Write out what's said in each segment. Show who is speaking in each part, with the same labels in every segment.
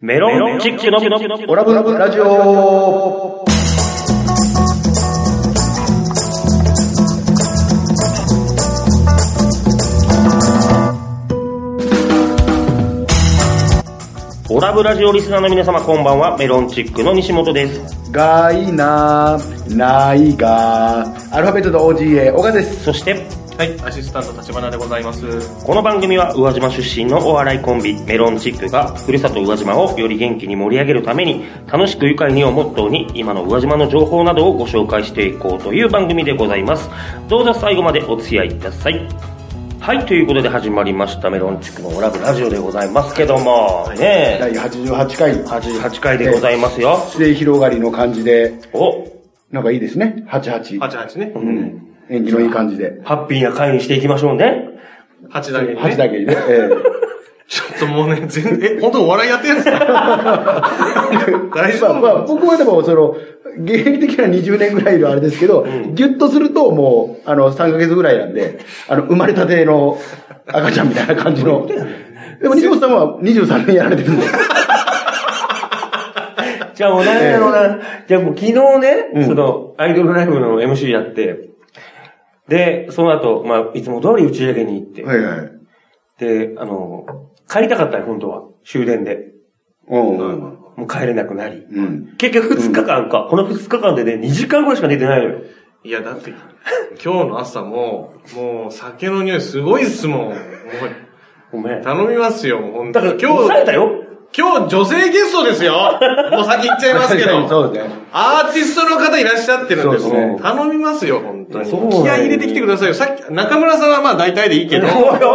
Speaker 1: メロンチックの
Speaker 2: オラブラジオ
Speaker 1: オラブラジオリスナーの皆様こんばんは、メロンチックの西本です。
Speaker 2: がいなないがアルファベットの OGA 小川です
Speaker 1: そして、
Speaker 3: はい、アシスタント立花でございます。は
Speaker 1: この番組は宇和島出身のお笑いコンビ、メロンチックが、ふるさと宇和島をより元気に盛り上げるために、楽しく愉快にをモットーに、今の宇和島の情報などをご紹介していこうという番組でございます。どうぞ最後までお付き合いください。はい、ということで始まりました、メロンチックのオラブラジオでございますけども、ねえ、
Speaker 2: 第88回
Speaker 1: 88回でございますよ。
Speaker 2: 末広がりの感じで
Speaker 1: お、
Speaker 2: なんかいいですね88
Speaker 3: ちはちね。
Speaker 1: うん、
Speaker 2: 演技のいい感じで
Speaker 1: ハッピーな回にしていきましょうね。
Speaker 3: はちだけに、ね。
Speaker 2: 8だけで、え
Speaker 3: ちょっともうね、全え、本当にお笑いやってるん ですか
Speaker 2: え
Speaker 3: 大丈
Speaker 2: まあまあ、
Speaker 3: 夫
Speaker 2: 僕はでもその芸歴的な20年ぐらいのあれですけど、ギュッとするともうあの3ヶ月ぐらいなんであの生まれたての赤ちゃんみたいな感じのでも西本さんは23年やられてるんで
Speaker 1: じゃあもう何やろうな。じゃあもう昨日ね、
Speaker 2: うん
Speaker 1: その、アイドルライブの MC やって、で、その後、まあ、いつも通り打ち上げに行って、
Speaker 2: はいはい
Speaker 1: で、あの、帰りたかったよ、本当は。終電で。
Speaker 2: うん
Speaker 1: もう帰れなくなり。
Speaker 2: うん
Speaker 1: 結局2日間か、この2日間でね、2時間ぐらいしか寝てないのよ。
Speaker 3: いや、だって、今日の朝も、もう酒の匂いすごいっすもん。もう
Speaker 1: ごめん。だか
Speaker 3: 頼みますよ、もう本当
Speaker 1: ら、
Speaker 3: に。
Speaker 1: 今日。抑え
Speaker 3: 今日、
Speaker 1: たよ。
Speaker 3: 今日女性ゲストですよ。もう先行っちゃいますけど。
Speaker 2: そうですね。
Speaker 3: アーティストの方いらっしゃってるんです
Speaker 2: そうです
Speaker 3: ね。頼みますよ、本当に。
Speaker 1: そうなん
Speaker 3: 気合い入れてきてくださいよ。さっき、中村さんはまあ大体でい
Speaker 1: お
Speaker 3: い
Speaker 1: い
Speaker 3: けど。
Speaker 1: お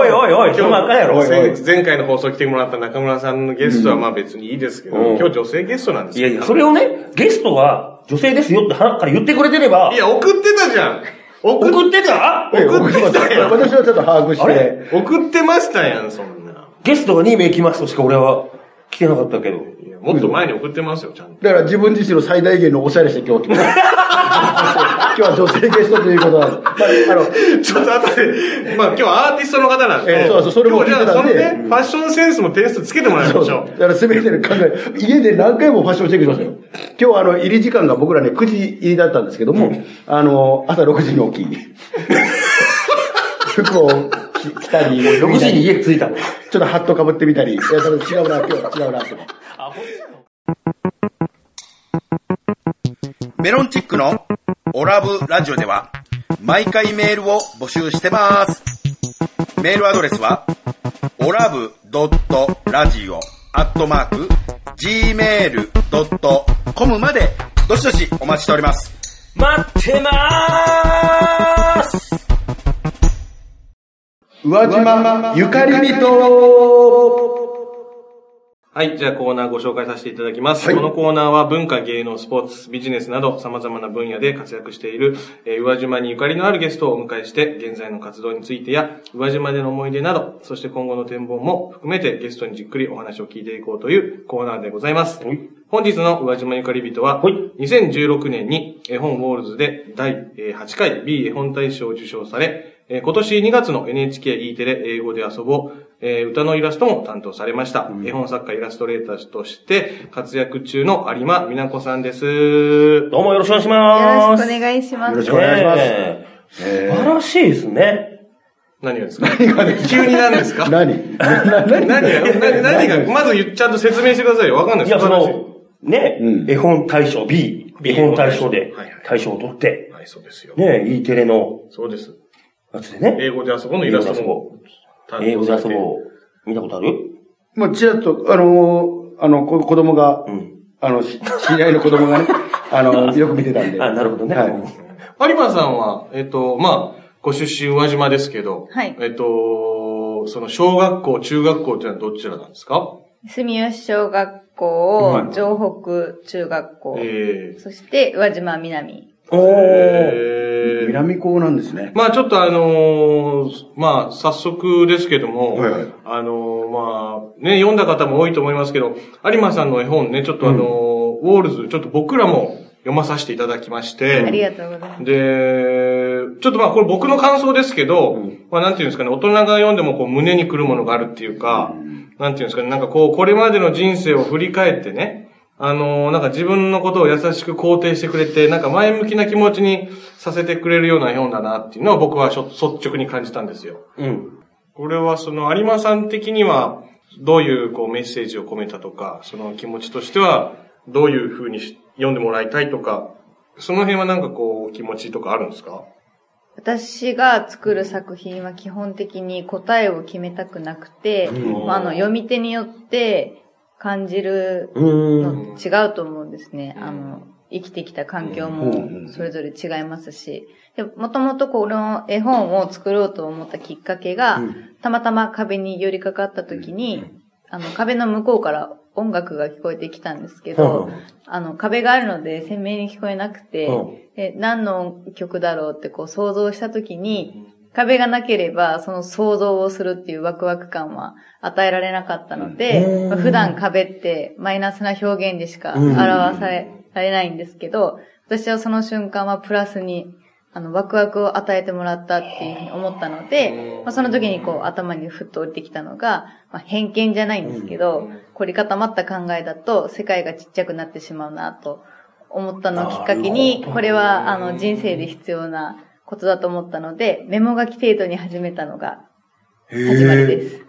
Speaker 1: いおいおい、今日もあかんやろ。
Speaker 2: おいおい
Speaker 3: 前前回の放送来てもらった中村さんのゲストはまあ別にいいですけど、
Speaker 1: うん
Speaker 3: 今日女性ゲストなんです
Speaker 1: い
Speaker 3: よ
Speaker 1: やいや、それをね、ゲストは女性ですよって腹から言ってくれてれば
Speaker 3: い、や、送ってたじゃん送っ
Speaker 1: 送ってた
Speaker 3: 送ってきたよ
Speaker 2: 私はちょっと把握し
Speaker 1: あ
Speaker 2: て
Speaker 1: れ。
Speaker 3: 送ってましたやん、そんな。
Speaker 1: ゲストが2名来ますとしか俺は来てなかったけど。
Speaker 3: いやもっと前に送ってますよ、ちゃんと。
Speaker 2: だから自分自身の最大限のおしゃれして今日 来て今日は女性ゲストということなんです。まあ、あの、
Speaker 3: ちょっと後で、まあ今日アーティストの方なんで、
Speaker 2: ええそうそうそれも
Speaker 3: 今日じゃあ
Speaker 2: 聞いてた
Speaker 3: そ
Speaker 2: んで
Speaker 3: のね、ファッションセンスも点数つけてもらいまし
Speaker 2: そ
Speaker 3: ょ
Speaker 2: う。だから全ての考え、家で何回もファッションチェックしましたよ。今日はあの、入り時間が僕らね、9時入りだったんですけども、あの、朝6時に起 き、服を着着たり、
Speaker 1: 6時に家着いたの。
Speaker 2: ちょっとハットかぶってみたり、いや、それ違うな、今日は違うな、って。
Speaker 4: メロンチックのオラブラジオでは毎回メールを募集してます。メールアドレスはオラブドットラジオアットマーク gmail.com までどしどしお待ちしております。
Speaker 1: 待ってまーす
Speaker 2: 宇和島ゆかり人
Speaker 3: はい、じゃあコーナーご紹介させていただきます。
Speaker 2: はい
Speaker 3: このコーナーは文化、芸能、スポーツ、ビジネスなど様々な分野で活躍している、えー、宇和島にゆかりのあるゲストをお迎えして、現在の活動についてや、宇和島での思い出など、そして今後の展望も含めてゲストにじっくりお話を聞いていこうというコーナーでございます。
Speaker 1: はい
Speaker 3: 本日の宇和島ゆかり人は、
Speaker 1: はい
Speaker 3: 2016年に絵本ウォールズで第えー8回 B 絵本大賞を受賞され、えー今年2月の NHKE テレ英語で遊ぼう、えー歌のイラストも担当されました。絵本作家イラストレーターとして活躍中の有馬美奈子さんです。
Speaker 1: どうもよろしくお願いし
Speaker 5: よ
Speaker 1: ま
Speaker 5: ろ
Speaker 1: す。
Speaker 5: しくお願いしま
Speaker 2: よろ
Speaker 5: す
Speaker 2: し。くお願いします
Speaker 1: ねえ素晴らしいですね。
Speaker 3: 何がですか急に何ですか何
Speaker 2: 何な何
Speaker 3: が何何がまず言っちゃんと説明してくださいよ。わかんない
Speaker 1: い
Speaker 3: で
Speaker 1: や、
Speaker 3: す。
Speaker 1: そ
Speaker 3: 素晴らしい
Speaker 1: の、ね、
Speaker 2: うん
Speaker 1: 絵本大賞 B、
Speaker 3: B
Speaker 1: 絵本大賞で
Speaker 3: はいはい
Speaker 1: 大賞を取って、
Speaker 3: はい、そうですよ。
Speaker 1: ね、E テレの
Speaker 3: そうです。
Speaker 1: やつでね、
Speaker 3: 英語で遊ぼうのイラストも担当されて。
Speaker 1: 英語で遊ぼう。見たことある
Speaker 2: まあ、ちらっと、あのーあの、こ子供が、
Speaker 1: うん。
Speaker 2: あの、し知り合いの子供が ね、あの、よく見てたんで。
Speaker 1: あ、なるほどね。
Speaker 2: はい
Speaker 3: 有馬さんは、えっと、まあ、ご出身宇和島ですけど、
Speaker 5: はい
Speaker 3: えっと、その小学校、中学校っていうのはどちらなんですか
Speaker 5: 住吉小学校、城北中学校、
Speaker 3: え
Speaker 5: そして宇和島南。
Speaker 1: お
Speaker 3: ー
Speaker 1: ー。
Speaker 3: えー。
Speaker 2: 南高なんですね。
Speaker 3: まあちょっとあのーまあ早速ですけども、
Speaker 2: はいはい
Speaker 3: あのーまあね、読んだ方も多いと思いますけど、有馬さんの絵本ね、ちょっとあのーウォールズ、ちょっと僕らも読まさせていただきまして、
Speaker 5: ありがとうございます。
Speaker 3: で、ちょっとまあこれ僕の感想ですけど、まあなんていうんですかね、大人が読んでもこう胸に来るものがあるっていうか、なんていうんですかね、なんかこう、これまでの人生を振り返ってね、あのーなんか自分のことを優しく肯定してくれて、なんか前向きな気持ちにさせてくれるような本だなっていうのは僕はちょっと率直に感じたんですよ。
Speaker 1: うん。
Speaker 3: これはその有馬さん的には、どういうこうメッセージを込めたとか、その気持ちとしては、どういう風にし読んでもらいたいとか、その辺はなんかこう、気持ちとかあるんですか
Speaker 5: 私が作る作品は基本的に答えを決めたくなくて、
Speaker 1: うん
Speaker 5: まあ、あの読み手によって感じる
Speaker 1: うーん。
Speaker 5: の違うと思うんですね。
Speaker 3: うん
Speaker 5: あの、生きてきた環境
Speaker 2: うんうん
Speaker 5: もそれぞれ違いますし。で、もともとこの絵本を作ろうと思ったきっかけが、たまたま壁に寄りかかった時に、あの、壁の向こうから音楽が聞こえてきたんですけど、あの、壁があるので鮮明に聞こえなくて、
Speaker 1: うん
Speaker 5: で何の曲だろうってこう想像した時に、壁がなければ、その想像をするっていうワクワク感は与えられなかったの
Speaker 1: うん
Speaker 5: で、まあ普段壁ってマイナスな表現でしか表されられないんですけど、私はその瞬間はプラスに、あの、ワクワクを与えてもらったっていうふうに思ったので、まあ、その時にこう頭にふっと降りてきたのが、まあ、偏見じゃないんですけど、凝り固まった考えだと世界がちっちゃくなってしまうなと思ったのをきっかけに、これはあの人生で必要なことだと思ったので、メモ書き程度に始めたのが始まりです。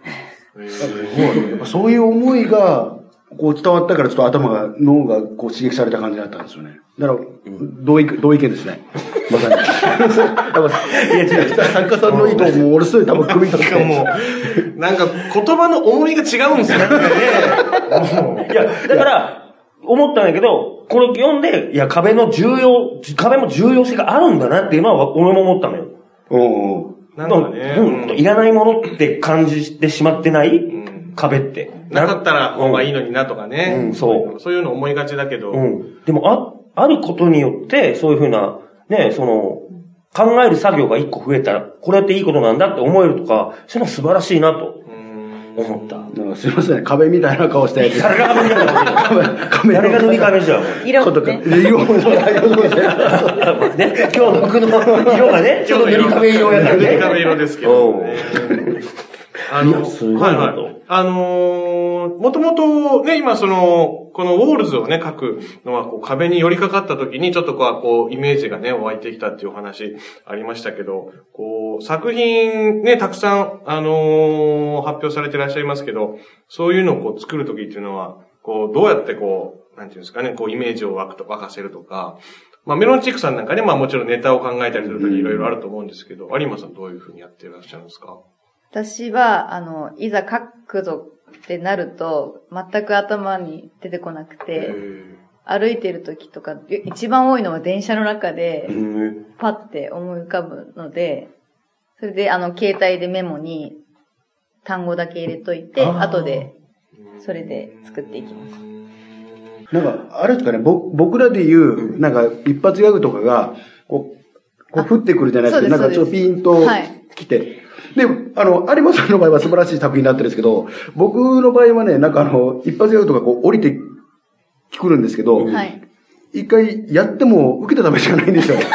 Speaker 2: やっぱそういう思いが、こう伝わったからちょっと頭が、脳がこう刺激された感じだったんですよね。だから、同意、同意見ですね。ま さに。いや違う、作家さんの意図を ものすごい多分組み取っ
Speaker 3: なんか
Speaker 2: て。
Speaker 3: もう、 なんか言葉の重みが違うんで すよね。
Speaker 1: いや、だから、思ったんだけど、これ読んで、いや、壁の重要、壁も重要性があるんだなっていうのは、俺も思ったのよ。
Speaker 2: うんうん。
Speaker 3: なんかね、
Speaker 1: うんいらないものって感じてしまってない、壁って。
Speaker 3: なかったら方がいい
Speaker 1: の。
Speaker 3: のになとかね。
Speaker 1: うんそう
Speaker 3: そういうの思いがちだけど、
Speaker 1: うん。でも、あ、あることによって、そういうふうな、ね、その、考える作業が一個増えたら、これっていいことなんだって思えるとか、そういうのは素晴らしいなと思った。
Speaker 2: なんかすいません、壁みたいな顔したやつ。
Speaker 1: 誰が 壁じゃん。
Speaker 2: 壁
Speaker 1: 誰が塗り壁じゃん。
Speaker 5: 色
Speaker 2: こ
Speaker 5: も
Speaker 2: とか。
Speaker 5: ね。
Speaker 2: 色もそうだ色もそうだ
Speaker 1: ね、今日の僕の色が ね、ちょっと塗り壁色やった
Speaker 3: 塗
Speaker 1: ん
Speaker 3: り
Speaker 1: で。
Speaker 3: 壁色ですけど、ね。あの、
Speaker 1: いやすごいな
Speaker 3: はい
Speaker 1: と
Speaker 3: はい。あのー、もともとね、今その、このウォールズをね、書くのは、こう壁に寄りかかった時に、ちょっとこう、こう、イメージがね、湧いてきたっていうお話ありましたけど、こう、作品ね、たくさん、あのー発表されていらっしゃいますけど、そういうのをこう、作る時っていうのは、こう、どうやってこう、なんていうんですかね、こう、イメージを湧くと、湧かせるとか、まあ、メロンチックさんなんかね、まあもちろんネタを考えたりするときいろいろあると思うんですけど、有馬さんどういうふうにやってらっしゃるんですか
Speaker 5: 私は、あの、いざ書くぞってなると、全く頭に出てこなくて、歩いてる時とか、一番多いのは電車の中で、パッて思い浮かぶので、それで、あの、携帯でメモに単語だけ入れといて、後で、それで作っていきます。
Speaker 2: なんか、あれですかね、ぼ僕らで言う、なんか、一発ギャグとかが、こう、こう降ってくるじゃないですか。な
Speaker 5: あ
Speaker 2: ん
Speaker 5: そう
Speaker 2: か
Speaker 5: です
Speaker 2: ちょっとピンと
Speaker 5: はい
Speaker 2: 来て。で、あの、有馬さんの場合は素晴らしい作品になってるんですけど、僕の場合はね、なんかあの、一発ギャグとかこう降りてくるんですけど、
Speaker 5: はい。
Speaker 2: 一回やっても受けたためしかないんですよ。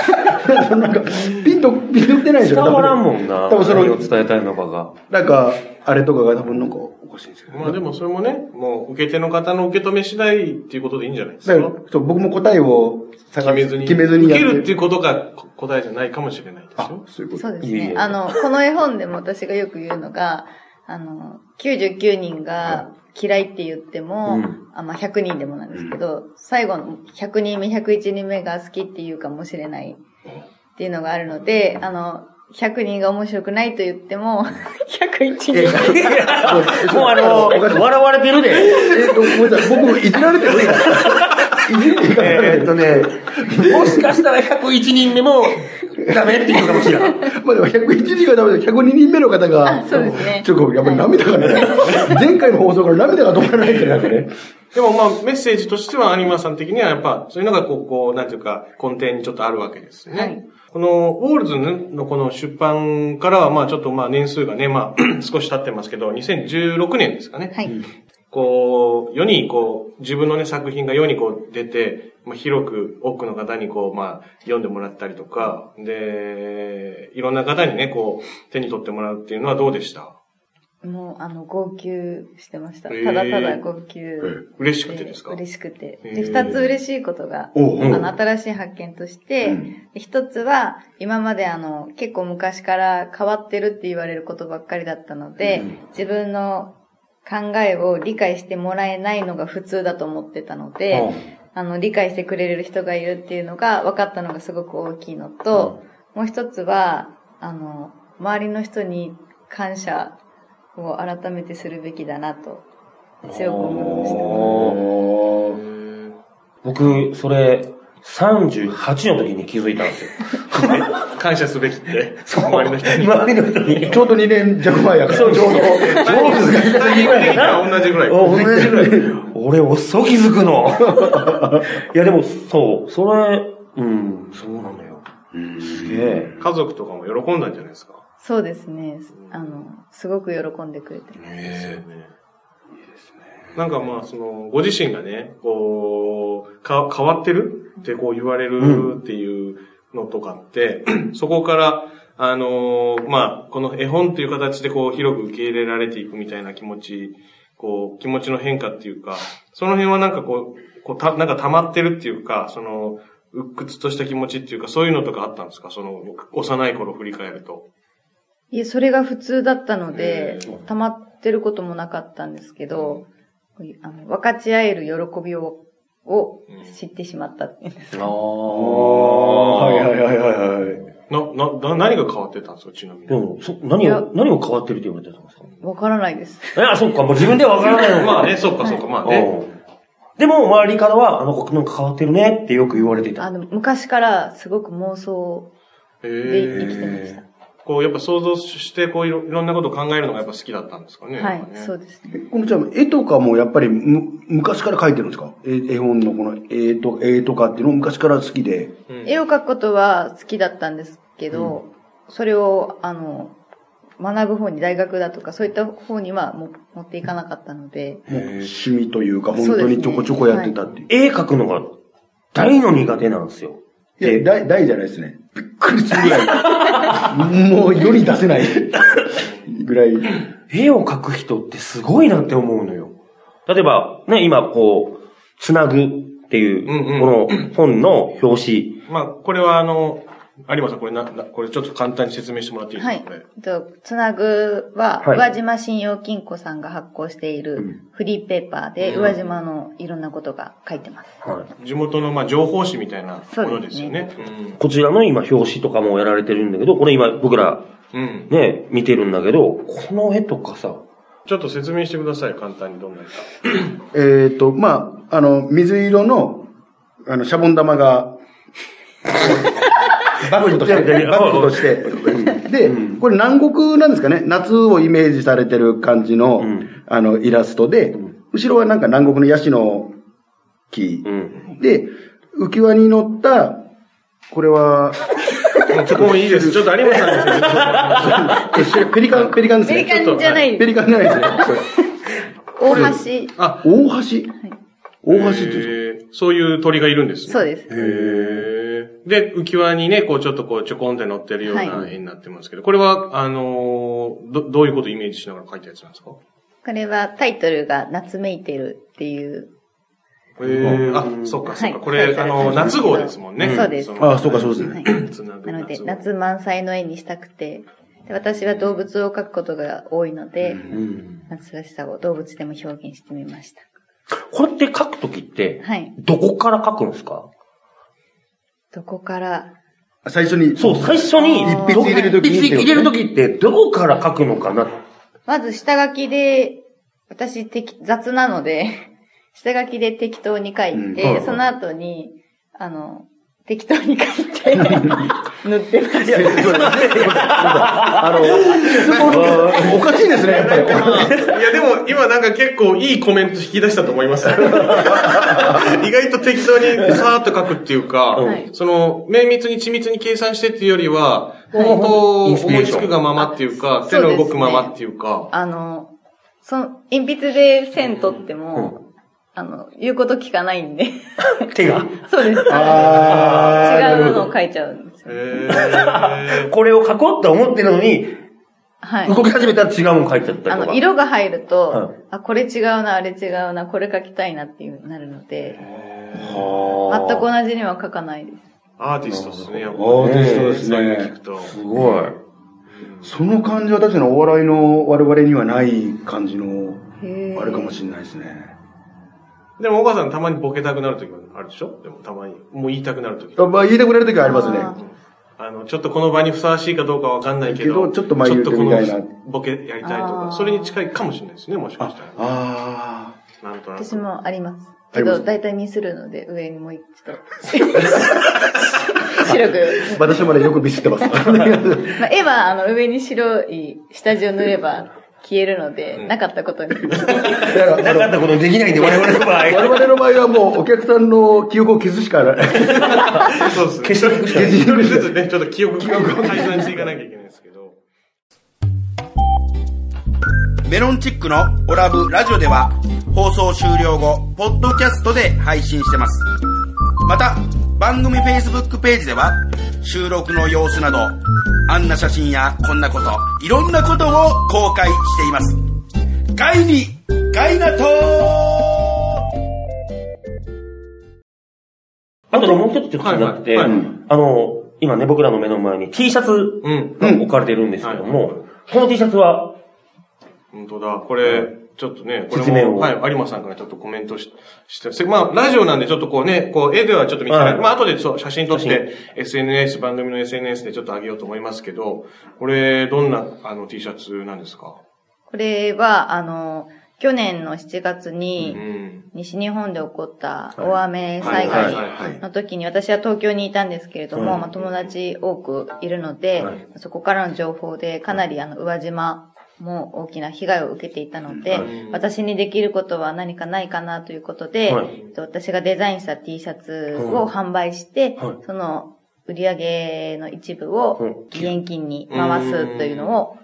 Speaker 2: なんか、ピンと、ピンと来てないんです
Speaker 1: 伝
Speaker 2: よね。
Speaker 1: わらんもんな。
Speaker 2: 多分その
Speaker 1: 何を伝えたいのかが。
Speaker 2: なんか、あれとかが多分なんかおかしいんですよ ね。
Speaker 3: まあでもそれもね、もう受け手の方の受け止め次第っていうことでいいんじゃないです
Speaker 2: だから
Speaker 3: か。
Speaker 2: そう僕も答えを
Speaker 3: 決
Speaker 2: 探
Speaker 3: め
Speaker 2: す
Speaker 3: ずに。
Speaker 2: 決めずに
Speaker 3: 受
Speaker 2: や
Speaker 3: け
Speaker 2: って
Speaker 3: るっていうことがこ答えじゃないかもしれないです
Speaker 2: あ
Speaker 3: よ。、
Speaker 2: そういうこと。
Speaker 5: そうです
Speaker 1: いえい
Speaker 5: ね
Speaker 1: え。
Speaker 5: あの、この絵本でも私がよく言うのが、あの、99人が嫌いって言って
Speaker 1: う
Speaker 5: も、
Speaker 1: ん
Speaker 5: あまあ、100人でもなんですけど、最後の100人目、101人目が好きっていうかもしれないっていうのがあるので、あの、100人が面白くないと言っても、101人
Speaker 2: え
Speaker 5: が。
Speaker 1: もうあの、笑われてるで。
Speaker 2: えっと、ごめんなさい、僕もいじられてもいいからいじっていいか
Speaker 1: えーっとね、もしかしたら101人目もダメって言うかもしれない。
Speaker 2: まあでも101人がダメだけど、102人目の方が、
Speaker 5: あそうですね
Speaker 2: ちょっとやっぱり涙がね、前回の放送から涙が止まらないってなんかね。
Speaker 3: でもまあメッセージとしてはアニマさん的にはやっぱそういうのがこう、こう、なんていうか根底にちょっとあるわけですよね。
Speaker 5: はい
Speaker 3: このウォールズのこの出版 からはまあちょっとまあ年数がね、まあ少し経ってますけど、2016年ですかね。
Speaker 5: はい。
Speaker 3: こう、世にこう、自分のね、作品が世にこう出て、まあ、広く多くの方にこう、まあ、読んでもらったりとか、で、いろんな方にね、こう、手に取ってもらうっていうのはどうでした
Speaker 5: もう、あの、号泣してました。
Speaker 3: えー
Speaker 5: ただただ号泣。
Speaker 3: 嬉しくてですか
Speaker 5: 嬉しくて。
Speaker 3: え
Speaker 5: で、
Speaker 3: ー
Speaker 5: 二つ嬉しいことが、
Speaker 2: おう
Speaker 5: あの、新しい発見として、で一つは、今まであの、結構昔から変わってるって言われることばっかりだったので、自分の考えを理解してもらえないのが普通だと思ってたので、あの、理解してくれる人がいるっていうのが分かったのがすごく大きいのと、もう一つは、あの、周りの人に感謝を改めてするべきだなと、強く思いました。
Speaker 2: おー
Speaker 1: 僕、それ、38の時に気づいたんですよ。
Speaker 3: 感謝すべき って。
Speaker 1: そう、 周りの人に。周りの人に。
Speaker 2: ちょうど2年弱前やから。ちょうど。
Speaker 3: タイミング的には同じぐらい。
Speaker 1: 同じぐらい。俺、遅気づくの。 いや、でも、そう、それ、うん、そうなのよ。すげえ。
Speaker 3: 家族とかも喜んだんじゃないですか。
Speaker 5: そうですね。あの、すごく喜んでくれて。
Speaker 3: なんかまあ、その、ご自身がね、こう、か変わってるってこう言われ
Speaker 1: う
Speaker 3: るっていうのとかって、 そこから、あのーまあ、この絵本っていう形でこう、広く受け入れられていくみたいな気持ち、こう、気持ちの変化っていうか、その辺はなんかこう、こうた、なんか溜まってるっていうか、その、鬱屈とした気持ちっていうか、そういうのとかあったんですかその、幼い頃振り返ると。
Speaker 5: いや、それが普通だったの
Speaker 3: へ
Speaker 5: で
Speaker 3: ー、
Speaker 5: 溜まってることもなかったんですけど、こういうあの分かち合える喜びを、を知ってしまったっていうんですか
Speaker 1: ああ。
Speaker 2: はいはいはいはいはい。
Speaker 3: な、な、な何が変わってたんですかちなみに。
Speaker 1: でも、そ、何
Speaker 5: い
Speaker 1: が
Speaker 5: や、
Speaker 1: 何が変わってるって言われてたんですか
Speaker 5: わからないです。
Speaker 1: いや、そっか、もう自分ではわから ないの
Speaker 3: ま
Speaker 1: か
Speaker 3: あね、そっかそっか、まあね。
Speaker 1: うんでも、周りからは、あの子なんか変わってるねってよく言われて
Speaker 5: あ
Speaker 1: た。
Speaker 5: の、昔からすごく妄想
Speaker 3: へ
Speaker 5: で
Speaker 3: ー
Speaker 5: 生きてました。
Speaker 3: こう、やっぱ想像して、こういろ、いろんなことを考えるのがやっぱ好きだったんですかね。
Speaker 5: は
Speaker 3: やっぱ
Speaker 5: い、
Speaker 3: ね
Speaker 5: そうですね。
Speaker 2: このちゃん、絵とかもやっぱりむ昔から描いてるんですか絵絵本のこの絵と絵とかっていうのを昔から好きで。
Speaker 3: うん
Speaker 5: 絵を描くことは好きだったんですけど、それを、あの、学ぶ方に大学だとか、そういった方にはもう持っていかなかったので、
Speaker 2: もう趣味というか、本
Speaker 5: そうで
Speaker 2: 当
Speaker 5: すね
Speaker 2: にちょこちょこやってたっていう。
Speaker 1: 絵描くのが大の苦手なんですよ。
Speaker 2: いや、大、大じゃないですね。びっくりするぐらい。 もう世に出せないぐらい。
Speaker 1: 絵を描く人ってすごいなって思うのよ。例えば、ね、今、こう、つなぐっていう
Speaker 3: うんう、
Speaker 1: この本の表紙。
Speaker 3: まあ、これはあの、有馬さん、これな、なこれちょっと簡単に説明してもらっていいです
Speaker 5: は
Speaker 3: か、
Speaker 5: い
Speaker 3: これ。
Speaker 5: えっと、つなぐは、
Speaker 1: はい
Speaker 5: 宇和島信用金庫さんが発行しているフリーペーパーで、
Speaker 3: うん
Speaker 5: 宇和島のいろんなことが書いてます。
Speaker 1: はい
Speaker 3: 地元の、まあ、情報誌みたいなものですよね。
Speaker 1: こちらの今、表紙とかもやられてるんだけど、これ今、僕ら
Speaker 3: うん。うん。
Speaker 1: ね、見てるんだけど、この絵とかさ、
Speaker 3: ちょっと説明してください、簡単にどんなやつか。
Speaker 2: えっ、と、まあ、あの、水色の、あの、シャボン玉が、バッグとし
Speaker 1: いやいやい
Speaker 2: て、
Speaker 1: や
Speaker 2: バッグとして。で、これ南国なんですかね。夏をイメージされてる感じの、
Speaker 1: うん
Speaker 2: あの、イラストで、後ろはなんか南国のヤシの木
Speaker 1: う。ん。
Speaker 2: で、浮き輪に乗った、これは、
Speaker 3: もういいです。ちょっと有馬さんに説明
Speaker 2: ペリカン、ペリカンです
Speaker 5: ペ
Speaker 2: ね。
Speaker 5: リカンじゃない
Speaker 2: ペ
Speaker 5: です。
Speaker 2: リカンじゃないですね。
Speaker 5: 大橋、
Speaker 3: あ、
Speaker 2: これ大橋大橋って言うんですか
Speaker 3: へーそういう鳥がいるんですね。
Speaker 5: そうです。
Speaker 3: へーで、浮き輪にね、こうちょっとこうちょこんで乗ってるような
Speaker 5: はい
Speaker 3: 絵になってますけど、これは、あのーど、どういうことをイメージしながら描いたやつなんですか
Speaker 5: これはタイトルが夏めいてるっていう、
Speaker 3: えー、あ、そっかそっか。これ、あの、夏号ですもんね。
Speaker 5: そうです
Speaker 2: あそうかそうですね
Speaker 5: はい、
Speaker 3: つなぐ
Speaker 5: なので、
Speaker 3: 号
Speaker 5: 夏満載の絵にしたくて、で私は動物を描くことが多いので、夏らしさを動物でも表現してみました。
Speaker 1: これって描くときって、
Speaker 5: はい。
Speaker 1: どこから描くんですか
Speaker 5: どこから、
Speaker 2: 最初に。
Speaker 1: そう、最初に、
Speaker 5: 一筆入れる
Speaker 2: 時に
Speaker 1: 一筆入れる時って、どこから書くのかな
Speaker 5: まず下書きで、私適雑なので、 下書きで適当に書
Speaker 2: うん
Speaker 5: い
Speaker 1: はいはい
Speaker 5: て、その後に、あの、適当に書いて、塗ってま
Speaker 2: いやいや
Speaker 5: す。
Speaker 2: ちょっと待ってあの、おかしいですね、やっぱり。
Speaker 3: いや、でも、今なんか結構いいコメント引き出したと思い ます。意外と適当にさーっと書くっていうか、
Speaker 5: はい
Speaker 3: その、綿密に緻密に計算してっていうよりは、
Speaker 1: い
Speaker 3: 本当、
Speaker 1: インスピレー
Speaker 3: 思い
Speaker 1: ション
Speaker 3: つくがままっていうか、
Speaker 5: あ
Speaker 3: 手
Speaker 5: そう
Speaker 3: の
Speaker 5: ですね
Speaker 3: 動くままっていうか、
Speaker 5: あの、その、鉛筆で線取っても、あの、言うこと聞かないんで。
Speaker 1: 手が。
Speaker 5: そうです。
Speaker 2: あー
Speaker 5: 違うものを書いちゃうんですよ。
Speaker 3: えー
Speaker 1: これを書こうと思ってるのに、
Speaker 5: はい。
Speaker 1: 動き始めたら違うもん書いちゃった
Speaker 5: あ
Speaker 1: りとか。
Speaker 5: の、色が入ると、
Speaker 1: はい
Speaker 5: あ、これ違うな、あれ違うな、これ書きたいなっていうなるので、全
Speaker 1: は
Speaker 5: く同じには書かないです。
Speaker 3: アーティストですね、やっぱり。
Speaker 2: アーティストですね
Speaker 3: そういうの聞くと。
Speaker 1: あ。すごい。
Speaker 2: その感じは確かにお笑いの我々にはない感じの、
Speaker 5: へー
Speaker 2: あれかもしれないですね。
Speaker 3: でも、岡さんたまにボケたくなるときはあるでしょでも、たまに。もう言いたくなるとき。
Speaker 2: やっぱ言いたくなる時はありますね。
Speaker 5: あ
Speaker 3: あの、ちょっとこの場にふさわしいかどうかわかんないけど、
Speaker 2: けどちょっと前言うてみたいな
Speaker 3: ちょっとこのボケやりたいと
Speaker 5: あ
Speaker 3: か
Speaker 5: ー、
Speaker 3: それに近いかもしれないですね、もしかしたら。
Speaker 2: あ
Speaker 3: なんとなく。
Speaker 5: 私もあります。
Speaker 2: あ
Speaker 5: け
Speaker 2: ります
Speaker 5: ど、大体ミスるので、上にもう一度。 白く。
Speaker 2: あ。私までよくミスってます。
Speaker 5: まあ、絵は、あの、上に白い下地を塗れば消えるので、
Speaker 3: ん
Speaker 5: なかったことに。
Speaker 2: だか
Speaker 1: な
Speaker 2: ら、
Speaker 1: か
Speaker 2: あ
Speaker 1: っ
Speaker 2: の
Speaker 1: たことできないんで、我々の場
Speaker 2: 我
Speaker 1: 合。
Speaker 2: 々の場合はもうお客さんの記憶を消すしかない。
Speaker 3: そうです
Speaker 1: 消
Speaker 3: ね。
Speaker 1: していくしかない
Speaker 3: 一人ずつね、ちょっと記憶を改ざんしていかなきゃいけないですけど。
Speaker 4: メロンチックのオラブラジオでは放送終了後、ポッドキャストで配信してます。また、番組 Facebook ページでは収録の様子など、あんな写真やこんなこと、いろんなことを公開しています。ガイに、ガイナトー
Speaker 1: あとね、もう一つちょっと気になってて、
Speaker 3: はいはいはい
Speaker 1: あの、今ね、僕らの目の前に T シャツ
Speaker 3: うん。
Speaker 1: が置かれてるんですけども、
Speaker 3: うんはい
Speaker 1: この T シャツは、
Speaker 3: 本当だ。これ、ちょっとね、これ
Speaker 1: 説明を
Speaker 3: も、はい、有馬さんからちょっとコメントしして、せまあ、ラジオなんでちょっとこうね、こう、絵ではちょっと見せない。
Speaker 1: はい
Speaker 3: まあ、後でそう、写真撮っ
Speaker 1: 写
Speaker 3: て、SNS、番組の SNS でちょっと上げようと思いますけど、これ、どんな、あの、T シャツなんですか
Speaker 5: これは、あの、去年の7月
Speaker 3: う
Speaker 5: に、
Speaker 3: ん。
Speaker 5: 西日本で起こった大雨災
Speaker 3: はいはい
Speaker 5: 害
Speaker 3: はい
Speaker 5: の時に、私は東京にいたんですけれども、
Speaker 1: はい
Speaker 5: まあ、友達多くいるので、
Speaker 1: はい
Speaker 5: そこからの情報で、かなりあの、宇和島も大きな被害を受けていたので、
Speaker 3: うん
Speaker 5: 私にできることは何かないかなということで、
Speaker 1: はい
Speaker 5: えっと私がデザインした T シャツを販売して、
Speaker 1: はい
Speaker 5: その売り上げの一部
Speaker 1: はい
Speaker 5: を義援金に回すというのを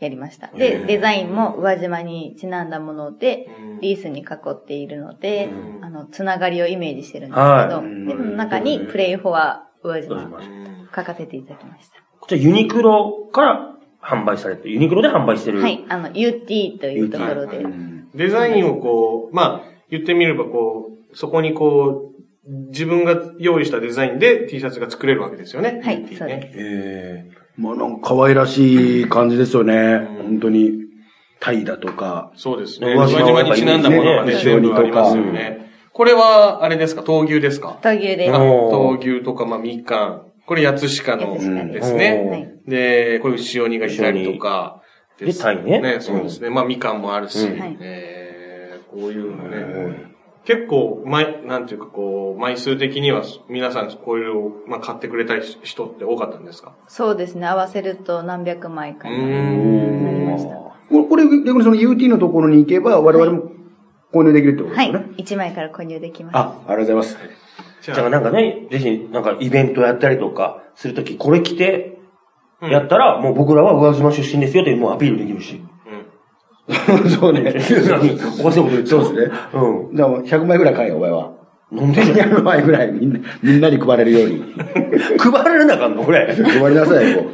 Speaker 5: やりました。
Speaker 3: う
Speaker 5: で、
Speaker 3: ん
Speaker 5: デザインも宇和島にちなんだもので、
Speaker 3: うん
Speaker 5: リースに囲っているので、
Speaker 3: うん
Speaker 5: あの、つながりをイメージしてるんですけど、
Speaker 1: は
Speaker 5: でその中にプレイフォア宇和
Speaker 1: 宇
Speaker 5: 島
Speaker 1: 和島
Speaker 3: うん
Speaker 5: 書かせていただきました。
Speaker 1: こちらユニクロから販売されて、ユニクロで販売してる。
Speaker 5: はい、あの、UT というところで、
Speaker 3: デザインをこう、まあ、言ってみればこう、そこにこう、自分が用意したデザインで T シャツが作れるわけですよね。
Speaker 5: はい
Speaker 3: T ね
Speaker 5: そうで
Speaker 2: ええまあなんか可愛らしい感じですよね。本当に。タイだとか。
Speaker 3: そうですね。
Speaker 1: 宇
Speaker 3: 宇
Speaker 1: 和
Speaker 3: 和
Speaker 1: 島
Speaker 3: 島にちなんだものがね、
Speaker 2: ね
Speaker 3: 全部ありますよね。これは、あれですか、闘牛ですか
Speaker 5: 東牛で、
Speaker 1: あ
Speaker 5: は
Speaker 1: お
Speaker 3: 闘牛とか、まあ、みかん。これ、八つ鹿の
Speaker 5: 八
Speaker 2: 鹿
Speaker 3: です
Speaker 1: お
Speaker 3: ね。
Speaker 5: い。
Speaker 3: で、こういう牛鬼がいたりとか。
Speaker 1: 牛鬼でタイね
Speaker 3: そうですね。まあ、みかんもあるし。
Speaker 1: うん
Speaker 5: はい
Speaker 3: えーこういうのね。結構、毎、なんていうかこう、枚数的には、皆さんこういうのを、まあ、買ってくれたりし人って多かったんですか
Speaker 5: そうですね。合わせると何百枚か
Speaker 3: う
Speaker 5: な
Speaker 3: ーん。
Speaker 5: りました。
Speaker 2: これ、これ逆にその UT のところに行けば我々も購入できるってことです
Speaker 5: は
Speaker 2: よね。
Speaker 5: い。一枚から購入できます。
Speaker 2: あ、ありがとうございます。
Speaker 3: じ
Speaker 1: だからなんかね、ぜひ、なんかイベントやったりとか、するとき、これ着て、
Speaker 3: うん
Speaker 1: やったら、もう僕らは上島出身ですよって、もうアピールできるし。
Speaker 2: そうね。
Speaker 1: おかしいこと言って
Speaker 2: そうですね。
Speaker 1: う
Speaker 2: じゃあもう100枚ぐらい買えよ、お前は。
Speaker 1: ん。飲んでる
Speaker 2: 100枚ぐらいみんな、みんなに配れるように。
Speaker 1: 配られなあかんのこれ。
Speaker 2: 配りなさいよ。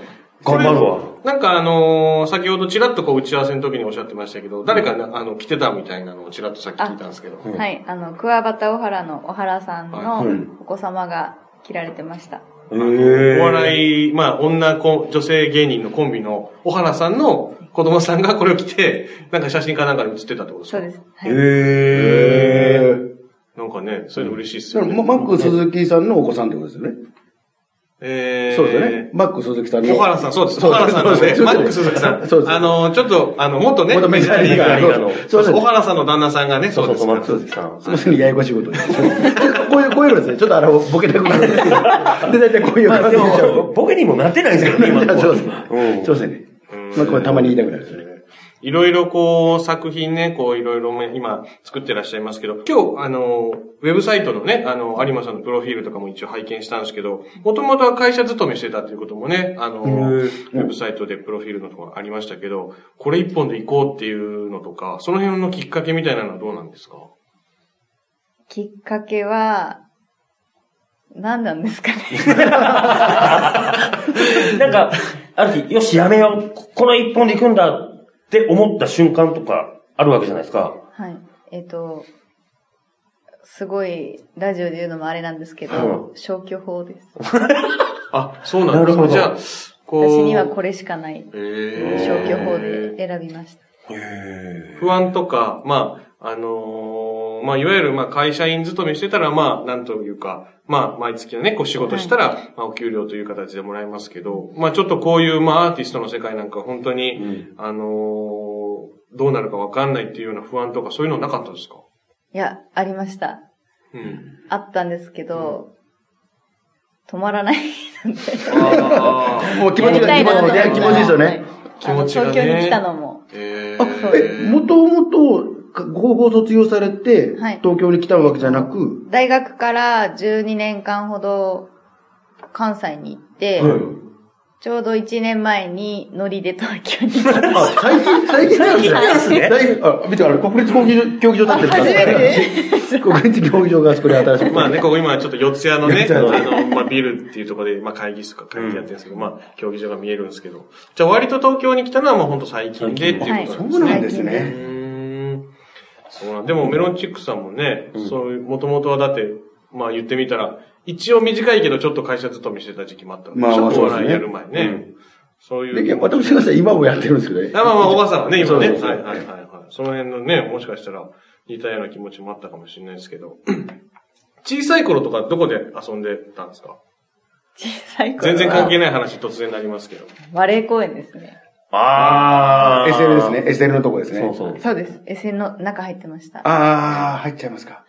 Speaker 1: 頑張るわ。
Speaker 3: なんかあのー先ほどちらっとこう打ち合わせの時におっしゃってましたけど、誰かな、あの、来てたみたいなのをちらっとさっき聞いたんですけど。
Speaker 5: はい。あの、桑畑小原の小原さん
Speaker 3: は
Speaker 5: の
Speaker 1: い
Speaker 5: お子様が着られてました。
Speaker 1: お
Speaker 3: お笑い、まあ、女コン、女性芸人のコンビの、小原さんの子供さんがこれを着て、なんか写真かなんかに写ってたってことです
Speaker 5: そ
Speaker 3: か
Speaker 5: うです。はい。
Speaker 1: へー。
Speaker 3: なんかね、そういうの嬉しいっす
Speaker 2: そ
Speaker 3: よ
Speaker 2: れ
Speaker 3: ね。
Speaker 2: ママック鈴木さんのお子さんってことですよね。
Speaker 3: えー
Speaker 2: そうですよね。。マック鈴木さんの。
Speaker 3: 小原さん、そうです。
Speaker 2: そ
Speaker 3: 小
Speaker 2: う
Speaker 3: 原
Speaker 2: です
Speaker 3: さんなんで、
Speaker 2: そうで
Speaker 3: マ
Speaker 2: す
Speaker 3: ックス鈴木さん。
Speaker 2: そうです
Speaker 3: あの、ちょっと、あの、元ね、
Speaker 2: 元メジャーリーガーの
Speaker 3: そう
Speaker 2: そうです
Speaker 3: そう、小原さんの旦那さんがね、
Speaker 1: そうそうそう、
Speaker 3: から
Speaker 1: 松崎さん。
Speaker 2: そうですね、ややこしいことです。こういう、こういうのですね、ちょっとあの、ボケたくなるんですけど。で、大体こういう
Speaker 1: まあ
Speaker 2: 感
Speaker 1: で
Speaker 2: じでしょ
Speaker 1: も、ボケにもなってないですよね、今の
Speaker 2: う。
Speaker 1: とこ
Speaker 2: そ
Speaker 1: ろ
Speaker 2: うですね。そうですね。まあ、これたまに言いたくなるんですよね。
Speaker 3: いろいろこう、作品ね、こう、いろいろね今作ってらっしゃいますけど、今日、あの、ウェブサイトのね、あの、有馬さんのプロフィールとかも一応拝見したんですけど、もともとは会社勤めしてたっていうこともね、あの、ウェブサイトでプロフィールのところありましたけど、これ一本で行こうっていうのとか、その辺のきっかけみたいなのはどうなんですか
Speaker 5: きっかけは、何なんですかね。
Speaker 1: なんか、ある日、よし、やめよう。ここの一本で行くんだって思った瞬間とかあるわけじゃないです か。
Speaker 5: はい。えっ、と、すごい、ラジオで言うのもあれなんですけど、消去法です。
Speaker 3: あ、そうなんで
Speaker 1: なる
Speaker 3: す
Speaker 1: ほ
Speaker 3: か。
Speaker 1: ど
Speaker 3: じゃあ、こう。
Speaker 5: 私にはこれしかない
Speaker 3: えー
Speaker 5: 消去法で選びました。
Speaker 3: 不安とか、まあ、あのーまあ、いわゆる、まあ、会社員勤めしてたら、まあ、なんというか、まあ、毎月のね、こう仕事したら、まあ、お給料という形でもらえますけど、まあ、ちょっとこういう、まあ、アーティストの世界なんか、本当に、あのーどうなるかわかんないっていうような不安とか、そういうのなかったですか
Speaker 5: いや、ありました。
Speaker 3: うん。
Speaker 5: あったんですけど、止まらないので。
Speaker 3: あー
Speaker 2: もう気持ちが、気持
Speaker 5: やりたいなと思っ
Speaker 2: ち
Speaker 5: たら
Speaker 2: が、気持ちいいですよね。
Speaker 3: 気持ちがね
Speaker 5: あの東京に来たのも。
Speaker 3: え
Speaker 2: あ
Speaker 3: ー、
Speaker 2: え、もともと、か高校卒業されて、
Speaker 5: はい
Speaker 2: 東京に来たわけじゃなく、
Speaker 5: 大学から12年間ほど関西に行って、ちょうど1年前にノリで東京に来ました。
Speaker 2: あ、最近、最近なんですね。最近、あ、見て、あれ、国立競技場、競技場建ってる
Speaker 5: 初め
Speaker 2: 国立競技場があそこで新しく。
Speaker 3: まあね、ここ今ちょっと四ツ谷のね
Speaker 2: 四、
Speaker 3: あ
Speaker 2: 谷の
Speaker 3: の、まあビルっていうところで、まあ会議室か会議やってるんですけど、まあ競技場が見えるんですけど。じゃあ割と東京に来たのはもうほんと最近でっていうことなんですね。
Speaker 5: はいそうな
Speaker 3: うー
Speaker 5: んですね
Speaker 3: んそうなんでもメロンチックさんもね、そういう、もともとはだって、まあ言ってみたら、一応短いけどちょっと会社勤めしてた時期もあったわけでしょ
Speaker 2: まあまあ
Speaker 3: お
Speaker 2: そうですね
Speaker 3: 笑いやる前ね。そういう。
Speaker 2: で、私がさ、今もやってるんですけど ね。
Speaker 3: あまあまあ、おばさんはね、今ね。
Speaker 2: そうそうそう
Speaker 3: はいはいはいはい。その辺のね、もしかしたら似たような気持ちもあったかもしれないですけど。 小さい頃とかどこで遊んでたんですか
Speaker 5: 小さい頃
Speaker 3: 全
Speaker 5: は
Speaker 3: 然関係ない話突然になりますけど。
Speaker 5: バレエ公演ですね。
Speaker 1: あ
Speaker 2: SL ですね。。SL のとこですね。
Speaker 1: そうそう。
Speaker 5: そうです。SN の中入ってました。
Speaker 2: あー、入っちゃいますか。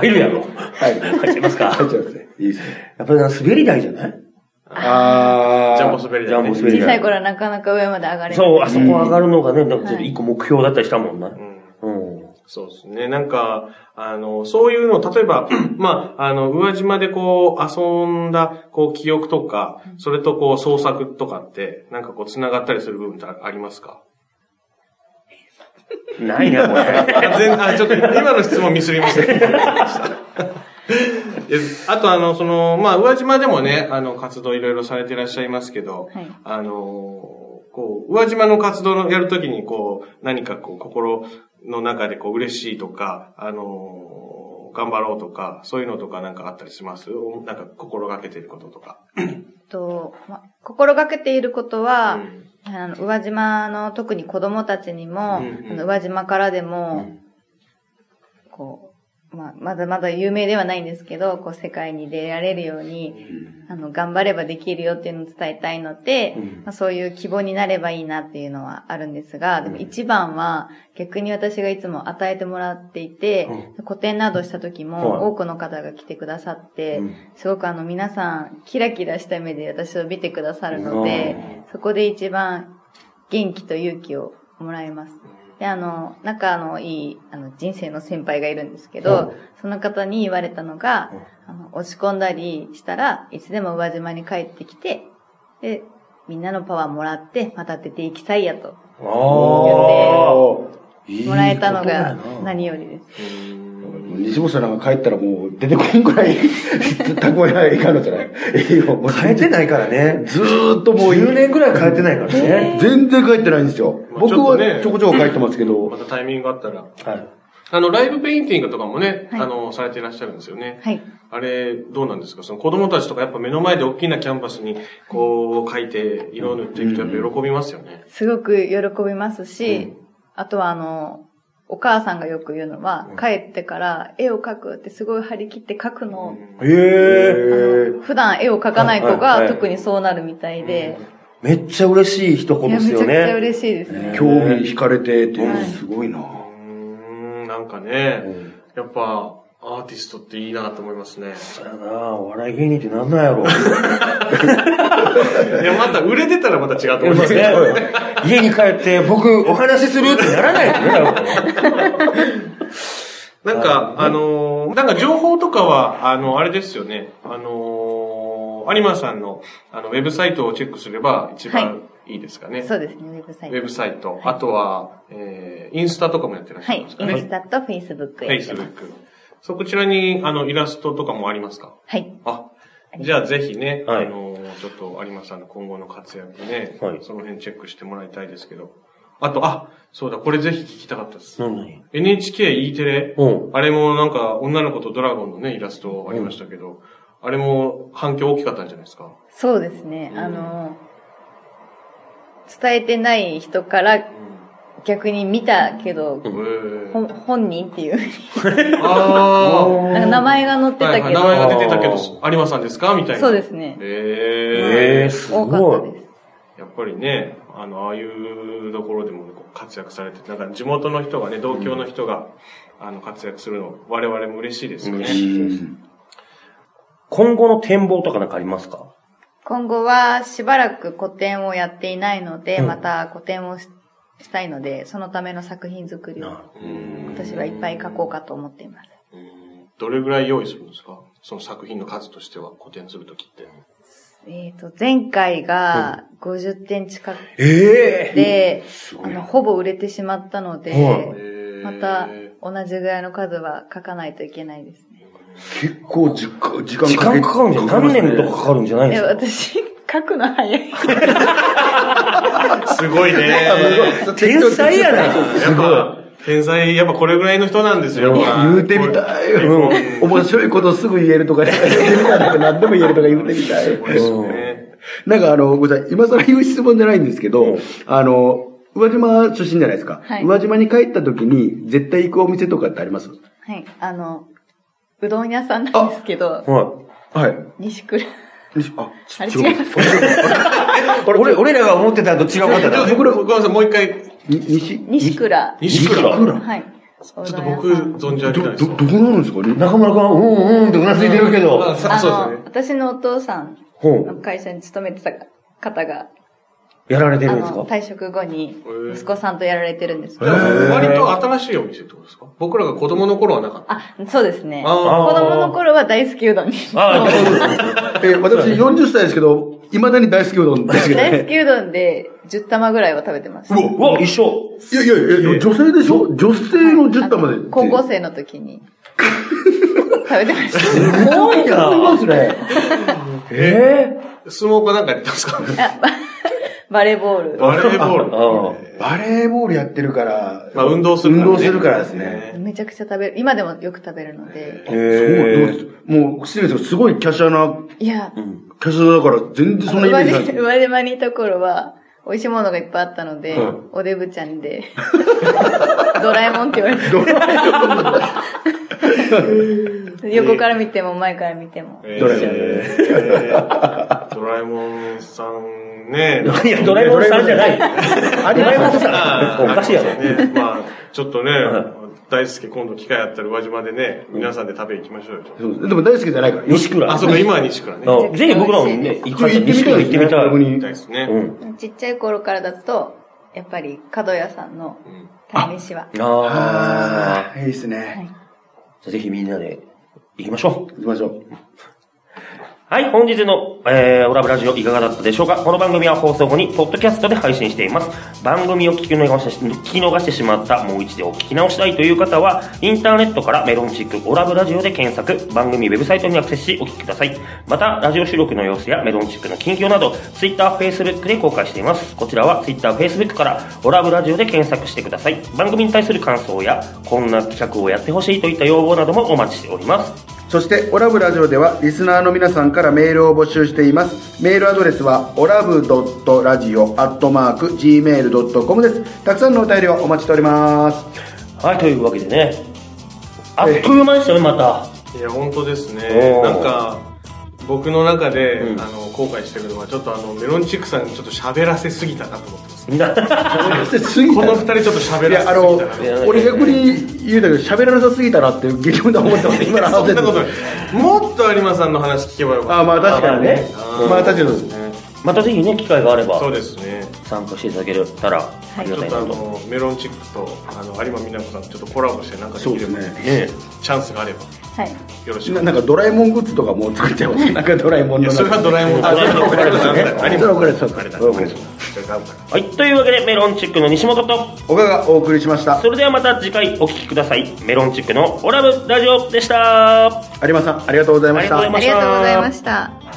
Speaker 1: 入るやろ。
Speaker 2: はい。入
Speaker 1: 入ってますか
Speaker 2: っちゃいますね。いいですね。
Speaker 1: やっぱりな滑り台じゃない
Speaker 2: あー。
Speaker 3: ジャンボ滑り台、
Speaker 1: ジ
Speaker 3: ね。
Speaker 1: ャンボ滑り
Speaker 5: 小さい頃はなかなか上まで上がれない。
Speaker 1: そう、あそこ上がるのがね、なんかちょっと一個目標だったりしたもんな。
Speaker 3: うん
Speaker 1: うん。
Speaker 3: そうですね。なんか、あの、そういうのを、例えば、 まあ、あの、宇和島でこう、遊んだ、こう、記憶とか、それとこう、創作とかって、なんかこう、繋がったりする部分ってありますか
Speaker 1: ないな、これ。
Speaker 3: あ全あ、ちょっと、今の質問ミスりました。いやあと、あの、その、まあ、宇和島でもね、あの、活動いろいろされていらっしゃいますけど、
Speaker 5: はい
Speaker 3: あの、こう、宇和島の活動をやるときに、こう、何かこう、心の中でこう、嬉しいとか、あの、頑張ろうとか、そういうのとかなんかあったりしますおなんか心がけてることとか。
Speaker 5: えっと、ま心がけていることは、
Speaker 3: うん
Speaker 5: あの、宇和島の特に子供たちにも、
Speaker 3: うんうん
Speaker 5: あの宇和島からでも、こう、まあ、まだまだ有名ではないんですけど、こう、世界に出られるように、あの、頑張ればできるよっていうのを伝えたいので、まあ、そういう希望になればいいなっていうのはあるんですが、でも一番は、逆に私がいつも与えてもらっていて、個展などした時
Speaker 1: はい
Speaker 5: も、多くの方が来てくださって、すごくあの、皆さん、キラキラした目で私を見てくださるので、そこで一番元気と勇気をもらえます。で、あの、仲のいい、あの、人生の先輩がいるんですけど、その方に言われたのが、あの、落ち込んだりしたらいつでも宇和島に帰ってきて、で、みんなのパワーもらって、また出ていきたいやと、
Speaker 1: ああ。
Speaker 5: もらえたのが
Speaker 1: いい
Speaker 5: 何よりです。
Speaker 2: 西本さんなんか帰ったらもう出てこんくらい蓄えないかんのじゃない栄養も
Speaker 1: ことだな変えてないからね。
Speaker 2: ずーっともう
Speaker 1: 10年ぐらい変えてないからね。
Speaker 2: 全然帰ってないんですよ。
Speaker 3: まあ
Speaker 2: 僕
Speaker 3: ちょっとね
Speaker 2: はちょこちょこ帰ってますけ
Speaker 3: ま
Speaker 2: ど、
Speaker 3: たタイミングがあったら。
Speaker 1: はい。
Speaker 3: あの、ライブペインティングとかもね、
Speaker 5: はい
Speaker 3: あの、されていらっしゃるんですよね。
Speaker 5: はい。
Speaker 3: あれ、どうなんですかその子供たちとかやっぱ目の前で大きなキャンパスにこう書いて色を塗っていくとやっぱ喜びますよね。
Speaker 5: すごく喜びますし、あとはあの、お母さんがよく言うのは、帰ってから絵を描くってすごい張り切って描くのを
Speaker 1: へえ。
Speaker 5: 普段絵を描かない子
Speaker 1: はいはいは
Speaker 5: が
Speaker 1: い
Speaker 5: 特にそうなるみたいで、
Speaker 1: めっちゃ嬉しい一
Speaker 5: い
Speaker 1: 言
Speaker 5: や、
Speaker 1: です
Speaker 5: めち
Speaker 1: よ
Speaker 5: ゃくちゃ
Speaker 1: ね。
Speaker 5: 嬉しいですね。
Speaker 2: 興味惹かれてっていうのすごいな
Speaker 3: うーん、なんかね、やっぱアーティストっていいなと思いますね。
Speaker 1: そやなお笑い芸人ってなんなんやろ。
Speaker 3: いや、また売れてたらまた違うと思いま すね。
Speaker 1: ね、家に帰って僕お話しするってならないよね、多分
Speaker 3: なんか、あのーなんか情報とかは、あの、あれですよね。あのー、有馬さんの、あの、ウェブサイトをチェックすれば一番いいですかね。
Speaker 5: そうですね、ウェブサイ
Speaker 3: ウェ
Speaker 5: ト。
Speaker 3: ブサイト。あとは、えー、インスタとかもやってらっし
Speaker 5: は
Speaker 3: ゃ
Speaker 5: い、
Speaker 3: るん
Speaker 5: イン
Speaker 3: です
Speaker 5: ス
Speaker 3: かね。
Speaker 5: タとフェイスブックやってます
Speaker 3: Facebook。そこちらに、あの、イラストとかもありますか
Speaker 5: はい。
Speaker 3: あ、じゃあぜひね、
Speaker 1: はい
Speaker 3: あのー、ちょっと有馬さんの今後の活躍ね、
Speaker 1: はい
Speaker 3: その辺チェックしてもらいたいですけど。あと、あ、そうだ、これぜひ聞きたかったです。
Speaker 1: なんなんや
Speaker 3: NHKE テレ、
Speaker 1: うん。
Speaker 3: あれもなんか女の子とドラゴンのね、イラストありましたけど、あれも反響大きかったんじゃないですか。
Speaker 5: そうですね、
Speaker 3: うん
Speaker 5: あの、伝えてない人から逆に見たけど、
Speaker 3: うん。え
Speaker 5: ほん本人っていう。
Speaker 3: あー
Speaker 5: なんか名前が載ってた
Speaker 3: は
Speaker 5: け
Speaker 3: い
Speaker 5: ど、
Speaker 3: はい名前が出てたけ
Speaker 1: あ
Speaker 3: ど、有馬さんですかみたいな。
Speaker 5: そうですね。
Speaker 3: え
Speaker 1: え
Speaker 3: え
Speaker 1: ー、す
Speaker 5: 多かった
Speaker 1: ごい
Speaker 5: で。す。
Speaker 3: やっぱりね、あの、ああいうところでもこう活躍されて、なんか地元の人がね、同郷の人が、あの、活躍するの、我々も嬉しいですよね。
Speaker 1: 嬉しい今後の展望とかなんかありますか
Speaker 5: 今後はしばらく古典をやっていないので、
Speaker 1: うん
Speaker 5: また古典をししたいので、そのための作品作りを今
Speaker 3: うん
Speaker 5: 年はいっぱい書こうかと思っています。
Speaker 3: うんどれぐらい用意するんですかその作品の数としては、古典するときって。
Speaker 5: えっ、と、前回が50点近く
Speaker 1: え
Speaker 5: で、
Speaker 1: す
Speaker 5: あ
Speaker 1: ごい
Speaker 5: の、
Speaker 1: な。
Speaker 5: ほぼ売れてしまったので、
Speaker 1: は
Speaker 5: また同じぐらいの数は書かないといけないですね。
Speaker 2: 結構時間、時間
Speaker 1: 時間かかるんじゃない何年とかかかるんじゃないんで
Speaker 5: え、
Speaker 1: すか
Speaker 5: 私、書くの早い。
Speaker 3: すご いね。や
Speaker 2: か
Speaker 1: 天才やな。
Speaker 3: っぱ、天才、やっぱこれぐらいの人なんですよ。
Speaker 2: 言うてみたい。
Speaker 1: う
Speaker 2: 面白いことすぐ言えるとか、言うてみたいとか何でも言えるとか言うてみたい。
Speaker 3: そうですね。
Speaker 2: なんかあの、ごめんなさい、今更言う質問じゃないんですけど、あの、宇和島出身じゃないですか。
Speaker 5: はい
Speaker 2: 宇和島に帰った時に、絶対行くお店とかってあります
Speaker 5: はい、あの、うどん屋さんなんですけど、
Speaker 1: は
Speaker 2: はい。
Speaker 5: 西倉。
Speaker 2: あ、
Speaker 5: あれ違いますか
Speaker 1: い。俺、俺らが思ってたのと違うかった
Speaker 3: ちょっ
Speaker 1: な
Speaker 3: と僕ら、ごめんなさい、もう一回。
Speaker 2: に西
Speaker 5: 西倉。
Speaker 3: 西倉。
Speaker 2: 西倉
Speaker 5: はい。ちょっ
Speaker 3: ちょっと僕、存じ上げない
Speaker 2: ど、ど、
Speaker 3: です。
Speaker 2: どこにあるんですかね
Speaker 1: 中村くん、うんうんってうなずいてるけ
Speaker 3: ま
Speaker 1: ど
Speaker 3: あ。
Speaker 5: あ
Speaker 3: さそう
Speaker 5: の、
Speaker 3: ですね。
Speaker 5: 私のお父さん
Speaker 1: ほ
Speaker 5: の
Speaker 1: う。
Speaker 5: 会社に勤めてた方が、
Speaker 1: やられて
Speaker 5: あ
Speaker 1: るんですか
Speaker 5: の、退職後に
Speaker 3: ー
Speaker 5: 息子さんとやられてるんですけ
Speaker 3: じゃ
Speaker 5: ど、
Speaker 3: あ割と新しいお店ってことですか僕らが子供の頃はなかった。
Speaker 5: あ、そうですね。子
Speaker 3: あ
Speaker 1: ー
Speaker 5: 供の頃は大好きうどんに。
Speaker 1: ああ、そうです。
Speaker 2: え、私40歳ですけど、未だに大好きうどんですけど
Speaker 5: 大好
Speaker 2: ね。
Speaker 5: きうどんで10玉ぐらいは食べてました。
Speaker 1: うわ、一緒。
Speaker 2: いやいやいや、女性でしょ女性の10玉
Speaker 5: あ
Speaker 2: で
Speaker 5: の。高校生の時に。食べてまし
Speaker 2: すごいな。いますね。
Speaker 1: え
Speaker 3: 相撲かなんかやってますか
Speaker 5: た。あババレーボール。
Speaker 3: バレーボ
Speaker 1: えあ
Speaker 3: ール。
Speaker 2: バレーボールやってるから、
Speaker 3: まあ運動するから、ね。
Speaker 2: 運動するからですね。
Speaker 5: めちゃくちゃ食べる。今でもよく食べるので。
Speaker 1: え
Speaker 2: すごいどうもう、失礼ですけど、すごい華奢な、
Speaker 5: いや、
Speaker 2: 華奢だから、全然そんなイメージない。
Speaker 5: 生まれまにいた頃は、美味しいものがいっぱいあったので、おデブちゃんで、 ドラえもんって言われて。 横から見ても前から見ても。
Speaker 3: ドラえもん。ドラえもんさんね。
Speaker 1: いや、ドラえもんさんじゃない。
Speaker 2: あり
Speaker 1: ドラえもん
Speaker 2: ます
Speaker 1: さん。おかしいやろ。
Speaker 3: ね。まあ、ちょっとね、大好き今度機会あったら宇和島でね、皆さんで食べ行きましょうよ。
Speaker 2: そうでも大好きじゃないから。
Speaker 1: 西倉。
Speaker 3: あ、そうか、今は西倉ね。
Speaker 1: うんぜひ僕らもね、行
Speaker 2: 一応
Speaker 1: って
Speaker 2: 行って
Speaker 1: み
Speaker 2: み
Speaker 1: た
Speaker 2: た
Speaker 1: い。
Speaker 2: い
Speaker 1: 行ってみたい。
Speaker 3: み
Speaker 2: い
Speaker 3: たいですね。
Speaker 1: うん。
Speaker 5: ちっちゃい頃からだと、やっぱり角屋さんの
Speaker 3: うん
Speaker 5: 鯛めしは。
Speaker 1: あ
Speaker 2: ああ、いいですね。
Speaker 1: あ。ぜひみんなで行きましょう。
Speaker 2: 行きましょう。
Speaker 1: はい、本日の、えー、オラブラジオいかがだったでしょうかこの番組は放送後に、ポッドキャストで配信しています。番組を聞き逃して聞き逃してしまった、もう一度お聞き直したいという方は、インターネットからメロンチックオラブラジオで検索、番組ウェブサイトにアクセスしお聞きください。また、ラジオ収録の様子やメロンチックの近況など、ツイッター、フェイスブックで公開しています。こちらはツイッター、フェイスブックから、オラブラジオで検索してください。番組に対する感想や、こんな企画をやってほしいといった要望などもお待ちしております。
Speaker 2: そして、オラブラジオでは、リスナーの皆さんからメールを募集しています。メールアドレスは、オラブドットラジオアットマーク、gmail.com です。たくさんのお便りをお待ちしております。
Speaker 1: はい、というわけでね、あっという間でしたね、また。
Speaker 3: いや、本当です
Speaker 1: お
Speaker 3: ね。
Speaker 1: ー
Speaker 3: なんか、僕の中で、
Speaker 1: うん
Speaker 3: あの後悔してるのはちょっとあのメロンチックさんにちょっと喋らせすぎたなと思ってます
Speaker 2: そして過ぎ
Speaker 3: こ
Speaker 2: た
Speaker 3: の二人ちょっと喋
Speaker 2: い
Speaker 3: らせ
Speaker 2: や、あ
Speaker 3: すぎた
Speaker 2: の
Speaker 3: なと、
Speaker 2: 俺逆に言うたけど、喋らなさすぎたなって、激論だ思ってます、今の
Speaker 3: そ
Speaker 2: 話
Speaker 3: ん
Speaker 2: で
Speaker 3: な。ことないもっと有馬さんの話聞けばよ
Speaker 2: あ
Speaker 3: か
Speaker 2: あ、
Speaker 3: っ
Speaker 2: まあ確かにね。まあ確かにそうです。
Speaker 1: またぜひね、機会があれ
Speaker 3: たそう
Speaker 1: ば、
Speaker 3: ですね
Speaker 1: 参加していただけたら、あり
Speaker 3: ち
Speaker 1: が
Speaker 3: ょ
Speaker 1: た
Speaker 3: っ
Speaker 1: い
Speaker 3: とあ
Speaker 1: なと。
Speaker 3: のメロンチックとあの有馬美奈子さんちょっとコラボしてなんかできれば、
Speaker 2: そうです
Speaker 1: ね
Speaker 3: チャンスがあれば
Speaker 5: はい。
Speaker 3: よろしく
Speaker 2: ななんかドラえもんグッズとかもう作っちゃいます。なんかドラえもん
Speaker 3: い
Speaker 2: の
Speaker 3: やそ
Speaker 2: なん
Speaker 3: れ
Speaker 2: か。
Speaker 3: はドラえもん
Speaker 2: あ、それは怒られますね。
Speaker 3: 有
Speaker 2: それは
Speaker 3: 馬
Speaker 2: 怒られます。
Speaker 3: あれだ
Speaker 2: それは怒られます
Speaker 1: はい、というわけで、メロンチックの西本と、
Speaker 2: 岡がお送りしました。
Speaker 1: それではまた次回お聞きください。メロンチックのオラブラジオでした。あ
Speaker 2: 有馬さん、ありがとうござい
Speaker 1: り
Speaker 2: ま
Speaker 1: が
Speaker 2: し
Speaker 1: とうござ
Speaker 2: た
Speaker 1: い。
Speaker 5: あ
Speaker 1: まし
Speaker 5: り
Speaker 1: た。
Speaker 5: がとうございました。